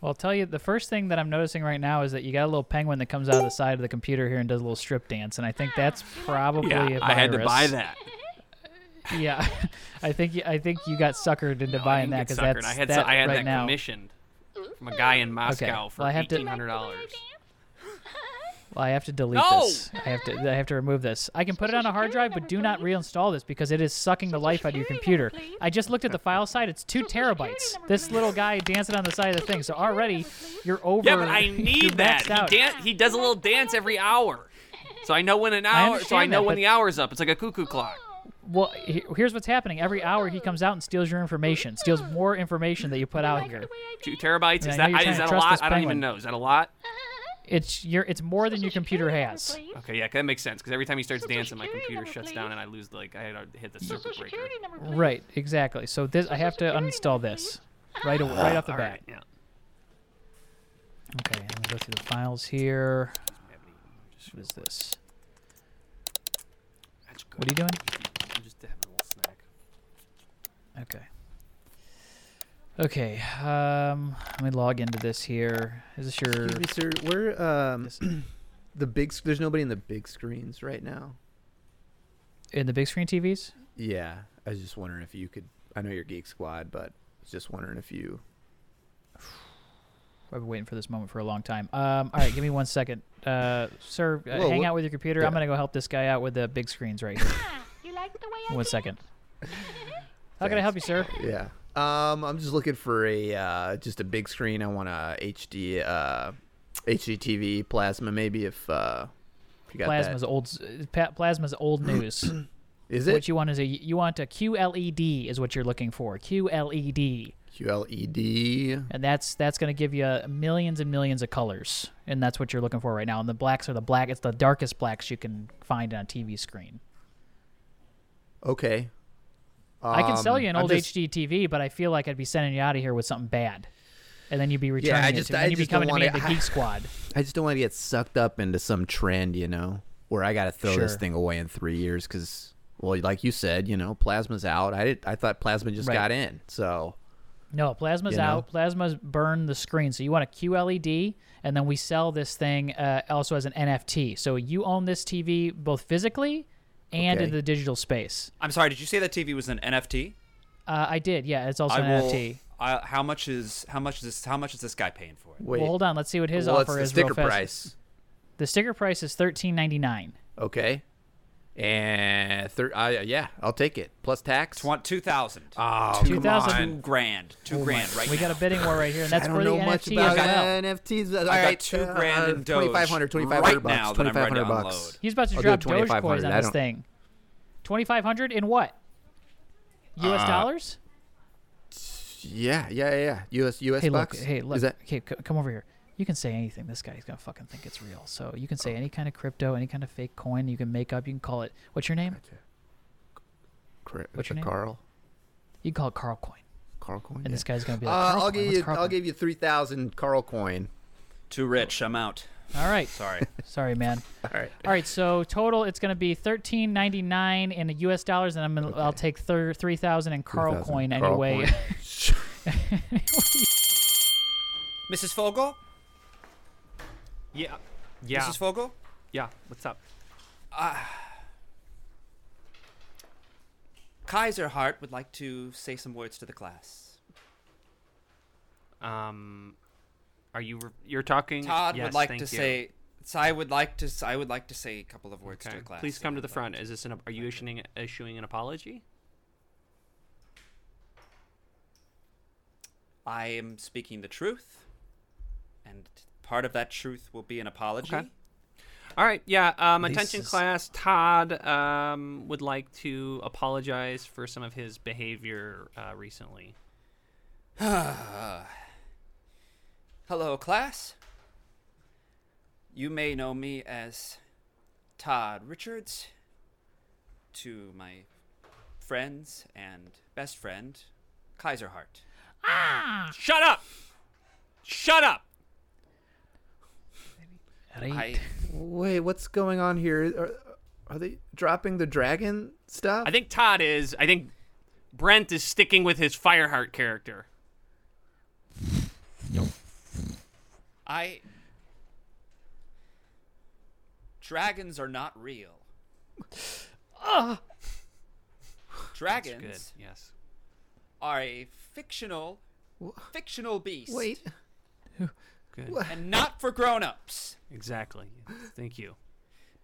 Well, I'll tell you, the first thing that I'm noticing right now is that you got a little penguin that comes out of the side of the computer here and does a little strip dance, and I think that's probably Yeah, a virus. I had to buy that. Yeah, *laughs* I think you- I think you got suckered into I buying that didn't get because suckered. that's I had that I had right that now. commissioned from a guy in Moscow for well, I have to- eighteen hundred dollars. Well, I have to delete No! this. I have to I have to remove this. I can put it on a hard drive, but do not reinstall this because it is sucking the life out of your computer. I just looked at the file size; it's two terabytes. This little guy dancing on the side of the thing. So already, you're over. Yeah, but I *laughs* you're need maxed that. out. He dan- he does a little dance every hour. So I know when an hour so I understand know that, when but- the hour's up. It's like a cuckoo clock. Well, he- here's what's happening. Every hour he comes out and steals your information, steals more information that you put out here. Two terabytes. Yeah, I know Is that you're trying is to that a trust lot? this I don't even penguin. know. Is that a lot? Uh-huh. It's your it's more than your computer has. Okay, yeah, that makes sense. Because every time he starts dancing, my computer shuts down and I lose like I had to hit the circuit breaker. Right, exactly. So this I have to uninstall this right away, right off the Ah, All bat. right, yeah. Okay, I'm gonna go through the files here. What is this? That's good. What are you doing? I'm just having a little snack. Okay. Okay. Um, let me log into this here. Is this your? Excuse me, sir. We're um *clears throat* This- the big. sc- There's nobody in the big screens right now. in the big screen TVs? Yeah, I was just wondering if you could. I know you're Geek Squad, but I was just wondering if you. I've been waiting for this moment for a long time. Um, all right, give me one second, uh, sir. Uh, Whoa, hang what- out with your computer. I'm yeah. gonna go help this guy out with the big screens right here. Ah, You like the way I one second. How can I help you, sir? Yeah. Um, I'm just looking for a uh, just a big screen. I want a HD uh, HD TV plasma. Maybe if uh, if you got Plasma's that. old. s- pa- Plasma's *clears throat* old news. Is what it you want is a you want a QLED is what you're looking for. E QLED. E QLED? and that's that's going to give you uh, millions and millions of colors and that's what you're looking for right now and the blacks are the black it's the darkest blacks you can find on a tv screen Okay. i can sell Um, you an I'm old just- hd tv but i feel like i'd be sending you out of here with something bad and then you'd be returning I it just- to me I and you'd be just don't coming to me at wanna- the *laughs* geek squad I just don't want to get sucked up into some trend, you know, where I got to throw this Sure. thing away in three years because, well, like you said, you know, plasma's out. I did, I thought plasma just Right. got in, so no plasma's You know? out plasma's burn the screen so you want a qled and then we sell this thing uh, also as an nft so you own this tv both physically and in Okay. the digital space I'm sorry. Did you say that TV was an NFT? uh, i did yeah it's also I an will. nft I, how much is how much is this? How much is this guy paying for it? wait, well, hold on. Let's see what his what's offer the is. sticker real fast. price? The sticker price is thirteen ninety nine. Okay, and thir- I, yeah, I'll take it plus tax. Want two thousand? Oh, Two thousand. two grand. Oh Two grand right We now. got a bidding war right here, and that's *laughs* I don't for the know NFT. much about as well. NFTs. All I got right, two uh, grand in Doge 2500 2500 right bucks, now that I'm ready 2500 to bucks. unload. He's about to I'll do a drop Dogecoin 2500. on I this don't- thing. Twenty five hundred in what? Uh, U.S. dollars? Yeah, yeah, yeah. yeah. US US Hey, look. bucks. Hey, look. Is that Okay, c- come over here. You can say anything. This guy's gonna fucking think it's real. So you can Oh. say any kind of crypto, any kind of fake coin you can make up. You can call it. What's your name? cor- What's your name? Carl? You can call it Carl Coin. Carl coin. And yeah. this guy's gonna be like, Uh, Carl coin? I'll give What's you. Carl I'll coin? give you three thousand Carl coin. Too rich. I'm out. All right. *laughs* Sorry. Sorry, man. All right. All right, so total it's going to be thirteen ninety nine in the U.S. dollars, and I'm gonna, I'll take thir- three thousand in Carl 3,000 coin Carl anyway. *laughs* coin. Mrs. Fogel. Yeah. Yeah. Mrs. Fogel. yeah. What's up? Kaiser Hart would like to say some words to the class. Um, are you re- you're talking? Todd Mm, Yes, would like to thank you. say. I would like to. I would like to say a couple of words Okay. to the class. Please come to the Like- front. Is this an? Are you issuing issuing an apology? I am speaking the truth, and part of that truth will be an apology. Okay. All right, yeah. Um, attention is- class. Todd um, would like to apologize for some of his behavior uh, recently. Hello, class. You may know me as Todd Richards. To my friends and best friend, Kaiser Hart. Shut up! Shut up! I, Wait, what's going on here? Are, are they dropping the dragon stuff? I think Todd is. I think Brent is sticking with his Fireheart character. I. Dragons are not real. Good. Dragons Yes. are a fictional, fictional beast, Wait. Good. and not for grown-ups. Exactly. Thank you.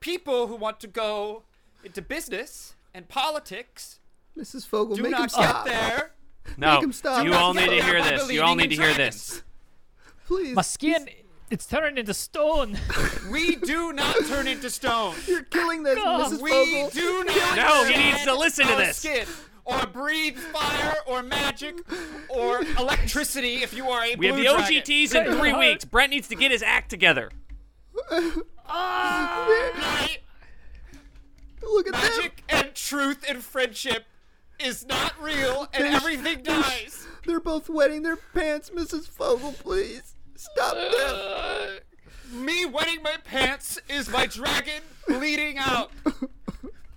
People who want to go into business and politics Mrs. Fogel, do make him not stop. get there. No, him *laughs* stop. you Not *laughs* all need yet. to hear Not this. You all need believing to in hear this. Please. My skin, it's turning into *laughs* stone. We do not turn into stone. You're killing *laughs* this, Mrs. We Fogel. *laughs* do not. No, he shed needs to listen to our this. Skin, or breathe fire, or magic, or electricity. If you are a We have blue the dragon. OGTs in three weeks. Brent needs to get his act together. Light, Look at them. Magic and truth and friendship is not real, and everything dies. They're both wetting their pants, Mrs. Fogel, please. Stop them. Uh, Me wetting my pants is my dragon bleeding out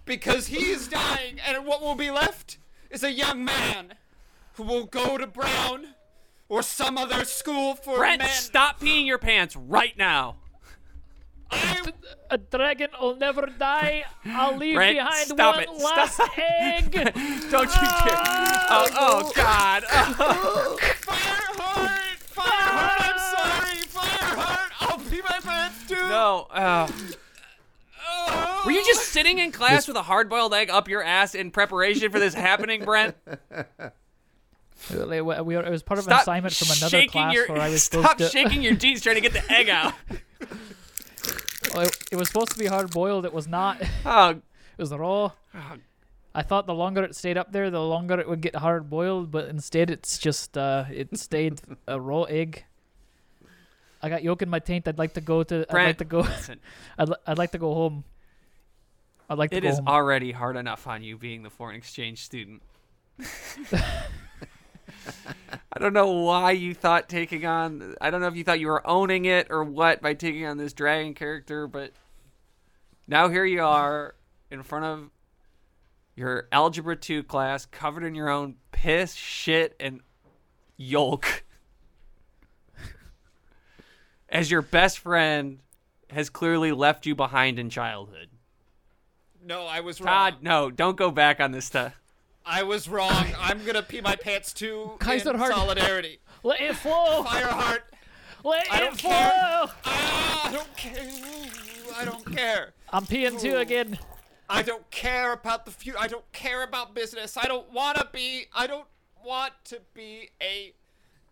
because he is dying, and what will be left is a young man who will go to Brown or some other school for Brent, men. stop peeing your pants right now. I A dragon will never die. I'll leave Brent, behind stop one it. last Stop. egg. *laughs* Don't you care. Oh, oh God. *laughs* Fireheart! Fireheart, I'm sorry! Fireheart! I'll pee my pants too! no. Oh. Oh. Were you just sitting in class with a hard-boiled egg up your ass in preparation for this happening, *laughs* Brent? It wa- we were- it was part of an Stop assignment from another shaking class your, where I was *laughs* stop supposed to. *laughs* shaking your jeans trying to get the egg out. Oh, it, it was supposed to be hard boiled. It was not. It Oh, was raw. I thought the longer it stayed up there, the longer it would get hard boiled, but instead it's just uh, it *laughs* stayed a raw egg. I got yolk in my taint. I'd like to go to. I'd like Brent, to go. *laughs* listen, I'd, li- I'd like to go home. I'd like to it go is home. already hard enough on you being the foreign exchange student. *laughs* I don't know why you thought taking on. I don't know if you thought you were owning it or what by taking on this dragon character, but now here you are in front of your algebra two class, covered in your own piss, shit, and yolk. *laughs* As your best friend has clearly left you behind in childhood. No, I was wrong. Todd, no, don't go back on this stuff. I was wrong. I'm gonna pee my pants too. Kaiser in Heart. Solidarity. Let it *laughs* flow. Fireheart. Let I it don't care. flow. Ah, I don't care. Ooh, I don't care. I'm peeing too again. I don't care about the future. I don't care about business. I don't wanna be. I don't want to be a.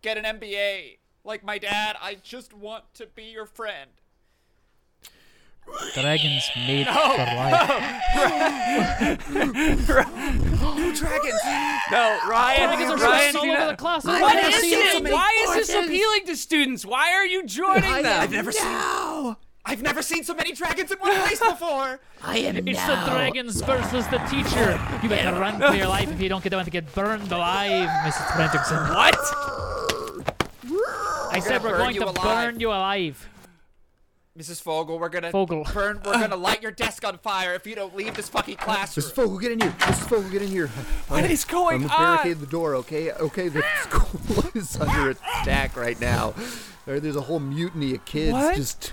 Get an MBA like my dad. I just want to be your friend. Dragons made for *laughs* life. Dragons. No, Ryan, Dragons are Ryan, flying all do over not- the class. What I've never is seen so it? many- Why is this appealing to students? Why are you joining I've them? never seen. I've never seen so many dragons in one *laughs* place before. It's the dragons versus the teacher. You better *laughs* run for your life if you don't get want to get burned alive, Mrs. Fredrickson. What? I said we're burn going you to alive. burn you alive. Mrs. Fogel, we're gonna Fogel. burn. We're gonna light your desk on fire if you don't leave this fucking classroom. Mrs. Fogel, get in here. Mrs. Fogel, get in here. What is I'm going gonna uh, on? barricade the door, okay? Okay, the *laughs* school is under attack right now. There- There's a whole mutiny of kids What? just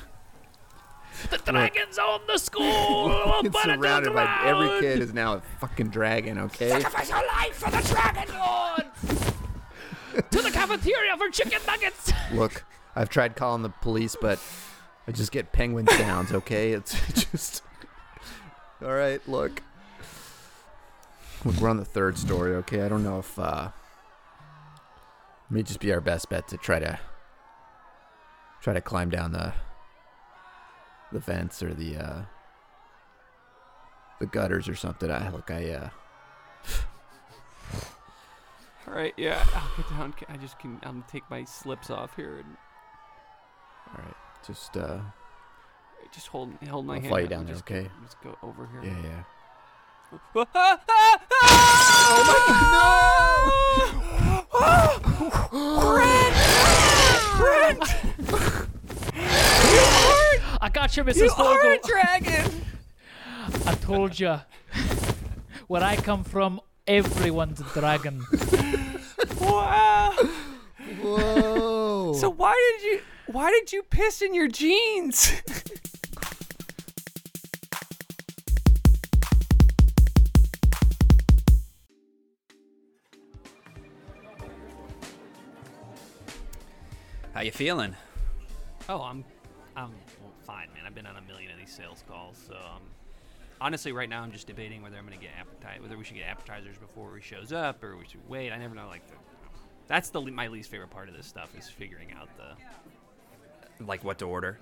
The dragons own *laughs* the school. Oh, We'll it's burn it to the surrounded by every ground. kid is now a fucking dragon, okay? Sacrifice your life for the dragon lords. to the cafeteria for chicken nuggets. Look, I've tried calling the police, but I just get penguin sounds, okay? It's *laughs* just All right, look. Look, we're on the third story, okay? I don't know if uh may just be our best bet to try to try to climb down the the vents or the uh the gutters or something. I look, I uh All right, yeah, I'll get down. I just can. I'm gonna take my slips off here and all right, just uh just hold hold my I'll hand. fly you up down and there, just okay? Go, just go over here. Yeah, *laughs* yeah. Oh *laughs* my *laughs* god! No! Brent! Brent! *laughs* I got you, Mrs. You Fogel. are a dragon! I told you. Where I come from, everyone's a dragon. Wow! Whoa. So why did you? Why did you piss in your jeans? *laughs* How you feeling? Oh, I'm, I'm well, fine, man. I've been on a million of these sales calls, so um, honestly, right now I'm just debating whether I'm gonna get appetite, whether we should get appetizers before he shows up, or we should wait. I never know. Like, the, that's the le- my least favorite part of this stuff is figuring out the. Like what to order?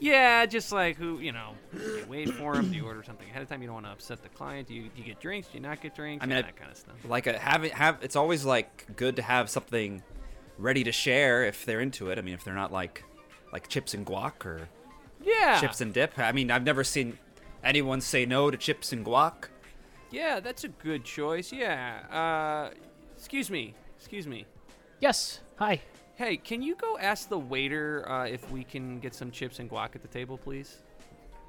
Yeah, just like who you know, do you wait for him. Do you order something ahead of time? You don't want to upset the client. Do you, do you get drinks? Do you not get drinks? I mean, Yeah, I- that kind of stuff. Like a, have it, have it's always like good to have something ready to share if they're into it. I mean, if they're not like like chips and guac or Yeah, chips and dip. I mean, I've never seen anyone say no to chips and guac. yeah, that's a good choice. Yeah. Uh, excuse me. Excuse me. Yes. Hi. Hey, can you go ask the waiter uh, if we can get some chips and guac at the table, please?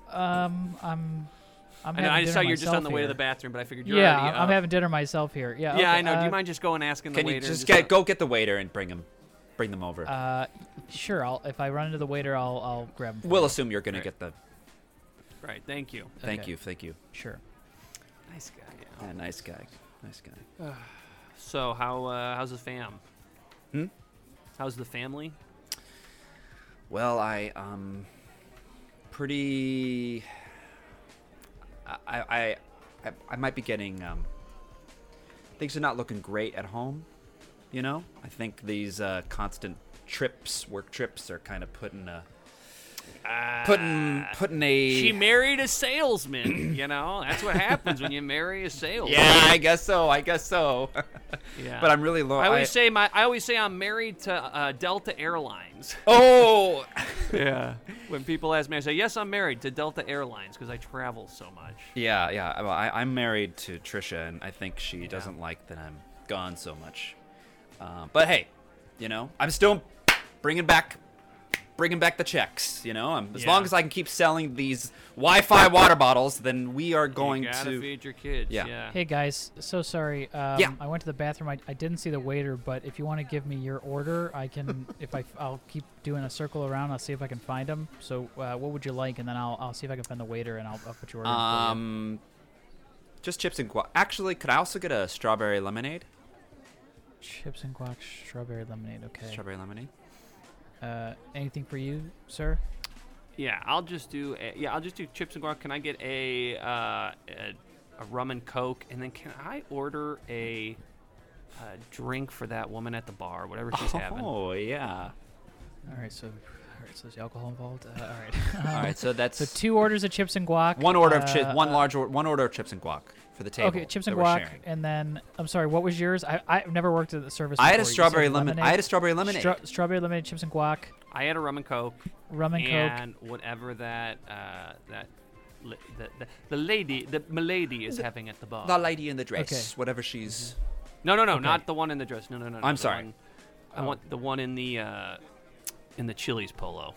Um, I'm. I'm I having know I just dinner saw you're just myself on the way to here. the bathroom, but I figured you're yeah, already I'm up. having dinner myself here. Yeah. yeah, okay, I know. Do uh, you mind just going asking the Can waiter? and you just get uh, go get the waiter and bring him bring them over? Uh, sure. I'll if I run into the waiter, I'll I'll grab. Him for we'll you. assume you're gonna Right. get the. Right. Thank you. Thank Okay. you, thank you. Sure. Nice guy. Yeah. Yeah, nice guy, nice guy. So how uh, how's the fam? Hmm? How's the family? Well, I um, pretty. I I I, I might be getting um. Things are not looking great at home, you know. I think these uh, constant trips, work trips, are kind of putting a putting putting a. She *laughs* married a salesman. *clears throat* you know, that's what happens when you marry a salesman. yeah, I guess so. I guess so. Yeah. but I'm really low. I always I- say my I always say I'm married to uh, Delta Airlines. oh, yeah. When people ask me, I say yes, I'm married to Delta Airlines because I travel so much. yeah, yeah. Well, I, I'm married to Trisha, and I think she doesn't like that I'm gone so much. Uh, but hey, you know, I'm still bringing back, bringing back the checks. You know, I'm, as long Yeah. as I can keep selling these Wi-Fi water bottles, then we are going you gotta to. feed your kids. Yeah. yeah. Hey guys, so sorry. Um, Yeah. I went to the bathroom. I, I didn't see the waiter, but if you want to give me your order, I *laughs* can. if I I'll keep doing a circle around. I'll see if I can find him. So uh, what would you like? And then I'll I'll see if I can find the waiter, and I'll, I'll put your order. in for you. Um, just chips and guac. Actually, could I also get a strawberry lemonade? Chips and guac, strawberry lemonade. Okay. Strawberry lemonade. Uh, anything for you, sir? Yeah, I'll just do a, yeah, I'll just do chips and guac. Can I get a uh, a, a rum and coke, and then can I order a, uh drink for that woman at the bar, whatever she's having? Oh yeah. All right. So, all right. So there's alcohol involved. Uh, all right. *laughs* All right, so that's so two orders of chips and guac. One order of chips, uh, one uh, large, or- one order of chips and guac for the table. Okay, chips and that we're guac, sharing. and then I'm sorry, what was yours? I I've never worked at the service. I had a before. You said strawberry lemon. I had a strawberry lemonade. Stra- strawberry lemonade, chips and guac, I had a rum and coke, rum and coke. and whatever that uh, that li- the, the the lady the milady is having at the bar. the lady in the dress, Okay. whatever she's. no, no, no, okay. not the one in the dress. No, no, no. no, I'm the sorry. Oh. one- I want the one in the uh, in the Chili's polo.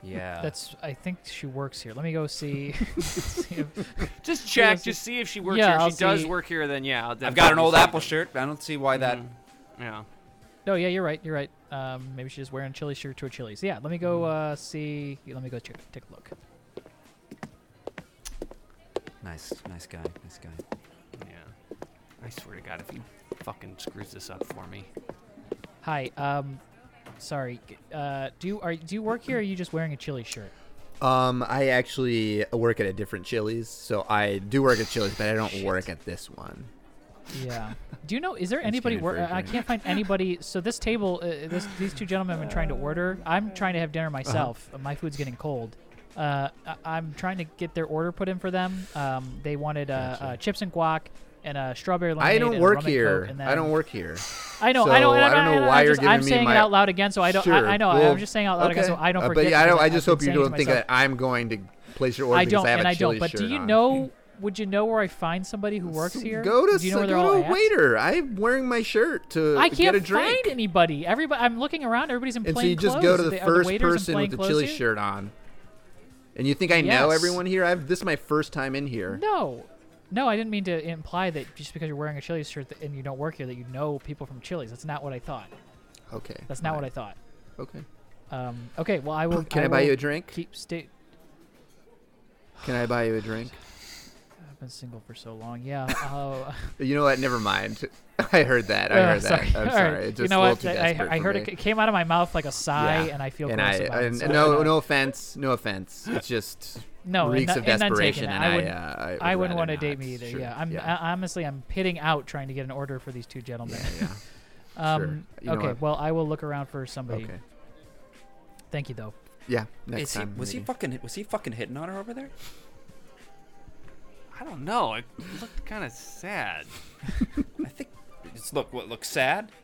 Yeah. That's. I think she works here. Let me go see. *laughs* see if- Just Yeah, check, see- just see if she works Yeah, here. If I'll she does see. work here, then yeah. I'll I've got an definitely old see Apple them. shirt. I don't see why that. Yeah. no, yeah, you're right. You're right. Um, maybe she's wearing a chili shirt to a Chili's. Yeah, let me go uh, see. Let me go check, take a look. Nice, nice guy, nice guy. Yeah. I swear to God, if he fucking screws this up for me. Hi. Um, sorry. g- Uh, do you are do you work here? or Are you just wearing a chili shirt? Um, I actually work at a different Chili's, so I do work at Chili's, but I don't work at this one. Yeah. Do you know? Is there anybody? came Wor- in for a I drink. can't find anybody. So this table, uh, this these two gentlemen have been trying to order. I'm trying to have Uh-huh. dinner myself. uh My food's getting cold. Uh, I- I'm trying to get their order put in for them. Um, they wanted uh, uh, chips and guac and a strawberry lemonade. I don't and a work rum and here. Coke, and I don't then- work here. I know. I don't. so and I don't know why I'm you're just, I'm giving me saying my- it out loud again, so I don't. Sure, I, I know. well, I'm just saying it out loud again, so okay. I don't Uh, forget. But yeah, I because don't. I I've just been hope you saying it to don't think myself. that I'm going to place your order I don't, because I have and a I don't. Chili's But do shirt you on. know? Would you know where I find somebody who works here? Go to do you know s- where they're go all to a at? waiter. I'm wearing my shirt to I get a can't drink. find anybody. Everybody, I'm looking around. Everybody's in and so plain you just clothes. go to Are the they- are first waiters in person plain with the clothes Chili's here? shirt on. And you think I know Yes. everyone here? I've this is my first time in here. No, no, I didn't mean to imply that just because you're wearing a Chili's shirt that- and you don't work here that you know people from Chili's. That's not what I thought. Okay. That's not what I thought. Okay. Um, okay, well, I will. Can I, buy will you a drink? Keep stay. Can I buy you a drink? I've been single for so long. *laughs* Yeah. Uh, You know what? Never mind. *laughs* I heard that. I uh, *laughs* heard sorry. that. I'm All sorry. right. It's you just know a little what? too I- desperate I, I for heard me. it it came out of my mouth like a sigh, Yeah. and I feel and gross I, about it. and so *laughs* no, I'm not- no offense, no offense. It's just no, and reeks no- of and none desperation, taken. and I I, wouldn't, uh, I, would I wouldn't rather want to not. date me either. Sure. Yeah, I'm yeah. I, honestly I'm pitting out trying to get an order for these two gentlemen. yeah. sure. *laughs* Um, You know okay, what? well I will look around for somebody. Okay. Thank you though. Yeah. Next Is he, time. was he maybe. fucking was he fucking hitting on her over there? I don't know. It looked kind of sad. I think. It's, look, what looks sad. *laughs*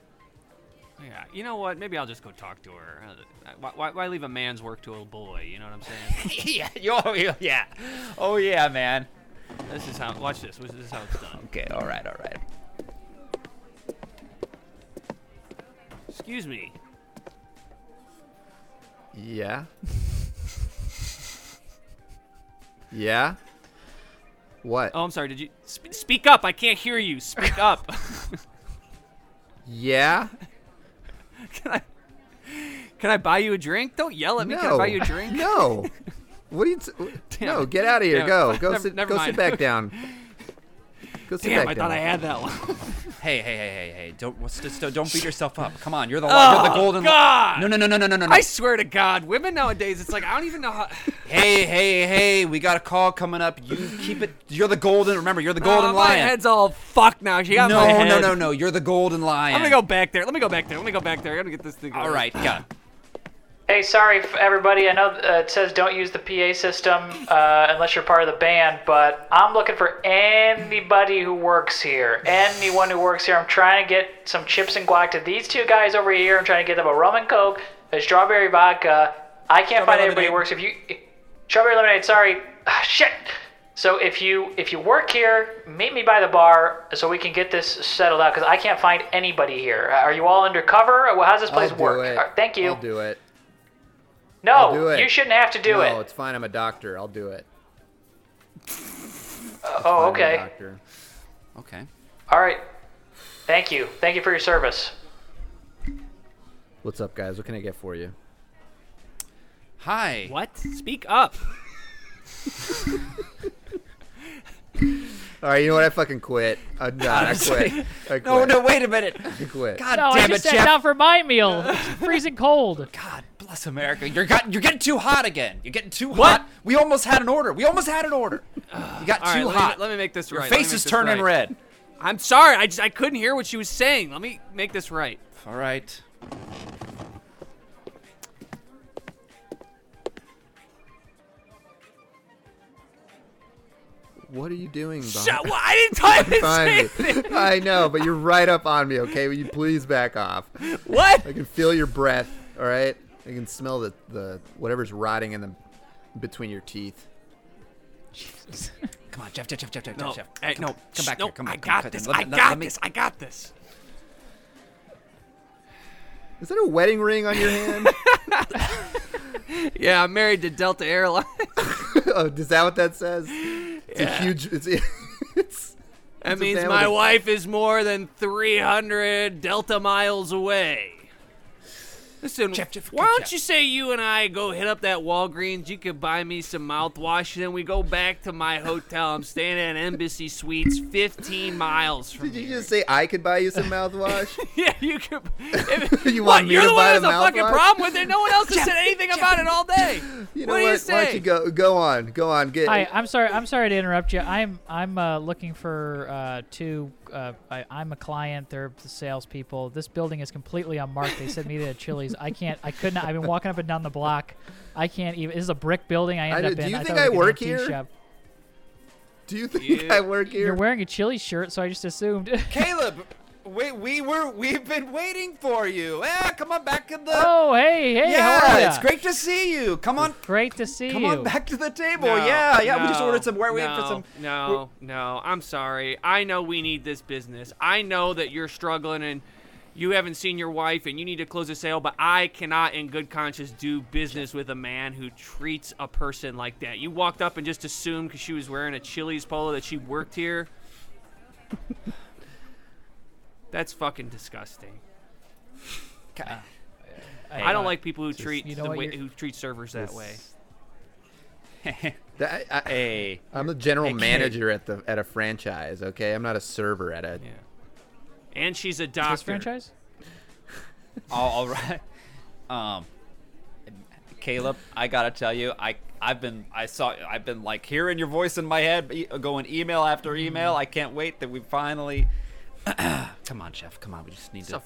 Yeah, you know what? Maybe I'll just go talk to her. Uh, Why, why, why leave a man's work to a boy? You know what I'm *laughs* saying? yeah, you, oh, you- yeah, oh yeah, man. this is how. Watch this. This is how it's done. Okay, all right, all right. Excuse me. *laughs* Yeah. yeah. What? Oh, I'm sorry. Did you sp- speak up? I can't hear you. Speak up. *laughs* Yeah. can I? Can I buy you a drink? Don't yell at me. Can I buy you a drink? *laughs* No. What are you? T- *laughs* Damn no, it. get out of here. Damn it. Go. Go Never- sit. never go mind. sit *laughs* back down. Go sit Damn, back I down. thought I had that one. *laughs* Hey, hey, hey, hey, hey! Don't what's this, don't beat yourself up. Come on, you're the lo- you're the golden. lo- God. No, no, no, no, no, no, no. I swear to God, women nowadays, it's like I don't even know how. Hey, hey, hey! We got a call coming up. You keep it. You're the golden. Remember, you're the *laughs* golden Oh, *laughs* my lion. head's all fucked now. She no, got my head. Oh, no, no, no! You're the golden lion. I'm gonna go back there. Let me go back there. Let me go back there. I gotta get this thing. All over. right, yeah. Hey, sorry f- everybody. I know uh, it says don't use the PA system uh, unless you're part of the band, but I'm looking for anybody who works here. Anyone who works here. I'm trying to get some chips and guac to these two guys over here. I'm trying to get them a rum and coke, a strawberry vodka. I can't find anybody who lemonade. works. If you strawberry lemonade, sorry, Ah, shit. So if you if you work here, meet me by the bar so we can get this settled out because I can't find anybody here. Uh, Are you all undercover? How's this I'll place do work? it. Uh, Thank you. I'll do it. I'll do No, it. you shouldn't have to do no, it. it's fine. I'm a doctor. I'll do it. Oh, I'm a okay. doctor. Okay. All right. Thank you. Thank you for your service. What's up, guys? What can I get for you? Hi. What? Speak up. All right. You know what? I fucking quit. I'm not. I quit. I quit. Oh, No, no, wait *laughs* a minute. I quit. God No, I damn just it, sat Jeff. down for my *laughs* meal. It's freezing cold. God bless America. You're got you're getting too hot again. You're getting too What? hot. We almost had an order. We almost had an order. You got All right, too let me- hot. let me make this Your right. Let me face make is this turning right. red. I'm sorry. I just I couldn't hear what she was saying. Let me make this right. All right. What are you doing? Bob? Shut. Well, I didn't type it. Behind me. I know, but you're right up on me. Okay, will you please back off? What? I can feel your breath. All right, I can smell the the whatever's rotting in the between your teeth. Come on, Jeff, Jeff, Jeff, Jeff, Jeff, No. Jeff. Hey, come, no. Come back no, here. Come I back. got come, this. Let, I let- got let me- this. I got this. Is that a wedding ring on *laughs* your hand? *laughs* Yeah, I'm married to Delta Airlines. oh, is that what that says? It's a *laughs* huge. It's, it's That a means family my thing. wife is more than 300 Delta miles away. Listen, Jeff, Jeff, why Jeff, don't Jeff. you say you and I go hit up that Walgreens? You could buy me some mouthwash, and then we go back to my hotel. I'm staying at Embassy Suites, 15 miles from Did you here. just say I could buy you some mouthwash? *laughs* Yeah, you *laughs* could. If, You what, want me you're to the buy one who has the a fucking mouthwash? problem with it. No one else has said anything about it all day. You know what do you Why say? don't you go go on? Go on. Get. Hi, I'm sorry. I'm sorry to interrupt you. I'm I'm uh, looking for uh, two. Uh, I, I'm a client. They're the salespeople. This building is completely unmarked. They sent me to Chili's. I can't. I couldn't. I've been walking up and down the block. I can't even. This is a brick building. I ended I- up do in. you I think thought it was like I an work antique here? Shop. do you think I work You're here? wearing a Chili's shirt, so I just *laughs* assumed. *laughs* *laughs* Caleb, wait, we were we've been waiting for you. Yeah, come on back to the oh, hey, hey, Yeah, how are you? it's great to see you. Come on Great to see come you. on back to the table. No, yeah, yeah, we just no, ordered some we're waiting no, for some No, no, I'm sorry. I know we need this business. I know that you're struggling and you haven't seen your wife and you need to close a sale, but I cannot in good conscience do business with a man who treats a person like that. You walked up and just assumed because she was wearing a Chili's polo that she worked here. *laughs* That's fucking disgusting. Ca- I uh, don't like people who treat You know the what, way, you're- who treat servers that way. That- I, I, hey, I'm the general Hey, kid. manager at the at a franchise. Okay, I'm not a server at a. Yeah. And she's a This doctor. franchise? all, all right. *laughs* Um, Caleb, I gotta tell you, I I've been I saw I've been like hearing your voice in my head, e- going email after email. I can't wait that we finally. *clears throat* come on, Chef. Come on, we just need It's a to.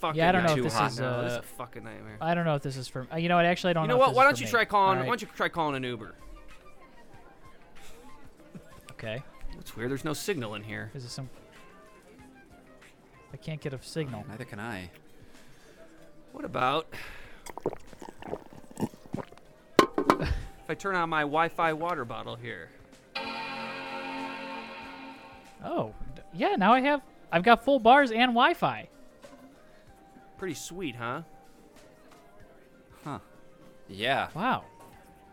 fucking Yeah, I don't know if nightmare. this Too is, No, this is uh, a fucking nightmare. I don't know if this is for. uh, You know what? Actually, I don't You know. if know what? this Why is don't for you me. try calling? All right. Why don't you try calling an Uber? Okay. It's weird. There's no signal in here. Is it some? I can't get a signal. Neither can I. What about if I turn on my Wi-Fi water bottle here? Oh, d- yeah. Now I have. I've got full bars and Wi-Fi. Pretty sweet, huh? Yeah, Wow,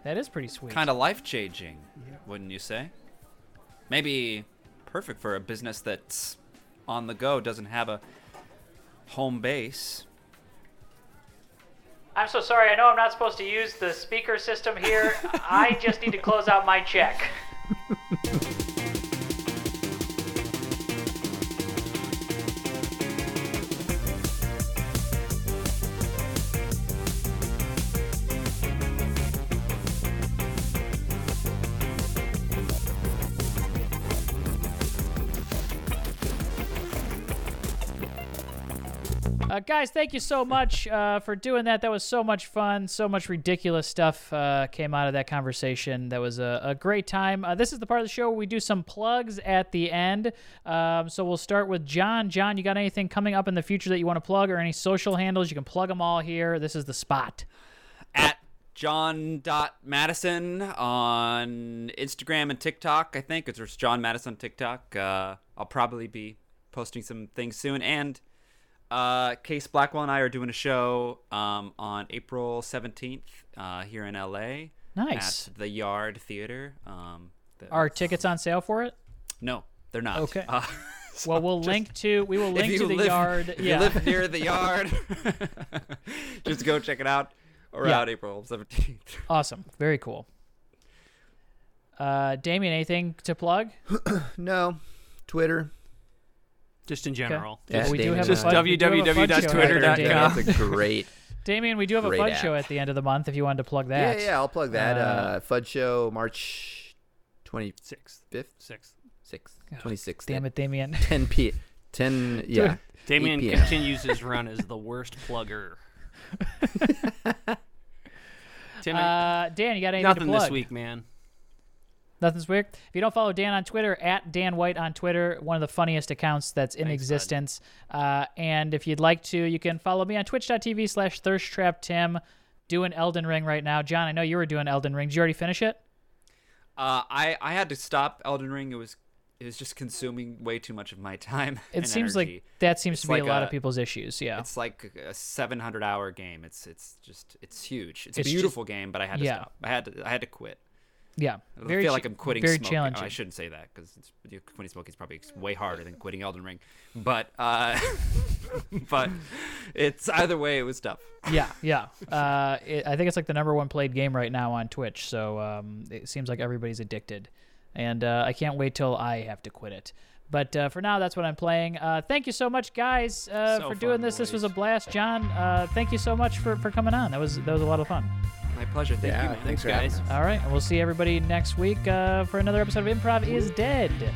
that is pretty sweet. kind of life changing, wouldn't you say? Maybe perfect for a business that's on the go, doesn't have a home base. I'm so sorry. I know I'm not supposed to use the speaker system *laughs* here. I just need to close out my check. Uh, guys, thank you so much uh, for doing that. That was so much fun. So much ridiculous stuff uh, came out of that conversation. That was a, a great time. Uh, this is the part of the show where we do some plugs at the end. Um, so we'll start with John. John, you got anything coming up in the future that you want to plug or any social handles? You can plug them all here. This is the spot. at john.madison on Instagram and TikTok, I think. It's just John Madison TikTok. Uh, I'll probably be posting some things soon. And uh, Case Blackwell and I are doing a show um, on April 17th uh, here in LA. Nice. At the Yard Theater. Um, the- Are tickets on sale for *laughs* it? no, they're not. Okay. *laughs* Uh, Well, we'll link to we will link if to you the live, yard. If yeah. you live near the yard, *laughs* just go check it out around Yeah. April 17th. Awesome. Very cool. Uh, Damien, anything to plug? No, Twitter. Just in general. Yeah, we do Damien have and a I. Just fun- we do have a fun show at the end. www.twitter.com. Damien. That's a great. Damien, we do have a Great fun app. show at the end of the month if you wanted to plug yeah, that. yeah. I'll plug that. Uh, Uh, Fud Show March 25th, Sixth. 6th, *laughs* Sixth. 26th. Damn it, Damien. 10 p. 10. Yeah. Damien E 8 p.m. continues his run as the worst *laughs* plugger. Tim, Uh, Dan, you got anything nothing to plug? this week, man. Nothing this week. If you don't follow Dan on Twitter, at Dan White on Twitter, one of the funniest accounts that's in existence. Uh, and if you'd like to, you can follow me on twitch.tv slash thirsttraptim. Doing Elden Ring right now. John, I know you were doing Elden Ring. Did you already finish it? Uh, I I had to stop Elden Ring. It was it was just consuming way too much of my *laughs* time. It seems like that seems It's to be a like lot a- of people's issues. Yeah. it's like a 700 hour game. It's it's just it's huge. It's, It's a just- beautiful game, but I had to yeah. stop. I had to I had to quit. Yeah. I feel like ch- I'm quitting Very smoking. challenging. Oh, I shouldn't say that because quitting smoking is probably way harder than quitting Elden Ring. But uh, *laughs* but it's either way, it was tough. yeah, yeah. Uh, it, I think it's like the number one played game right now on Twitch. So um, it seems like everybody's addicted, and uh, I can't wait till I have to quit it. But uh, for now, that's what I'm playing. Uh, thank you so much, guys, uh, So for doing fun, this. This was a boys. blast, John. Uh, thank you so much for, for coming on. That was that was a lot of fun. My pleasure. Thank you. Yeah, man. thanks, Guys. All right, and we'll see everybody next week uh, for another episode of Improv is Dead.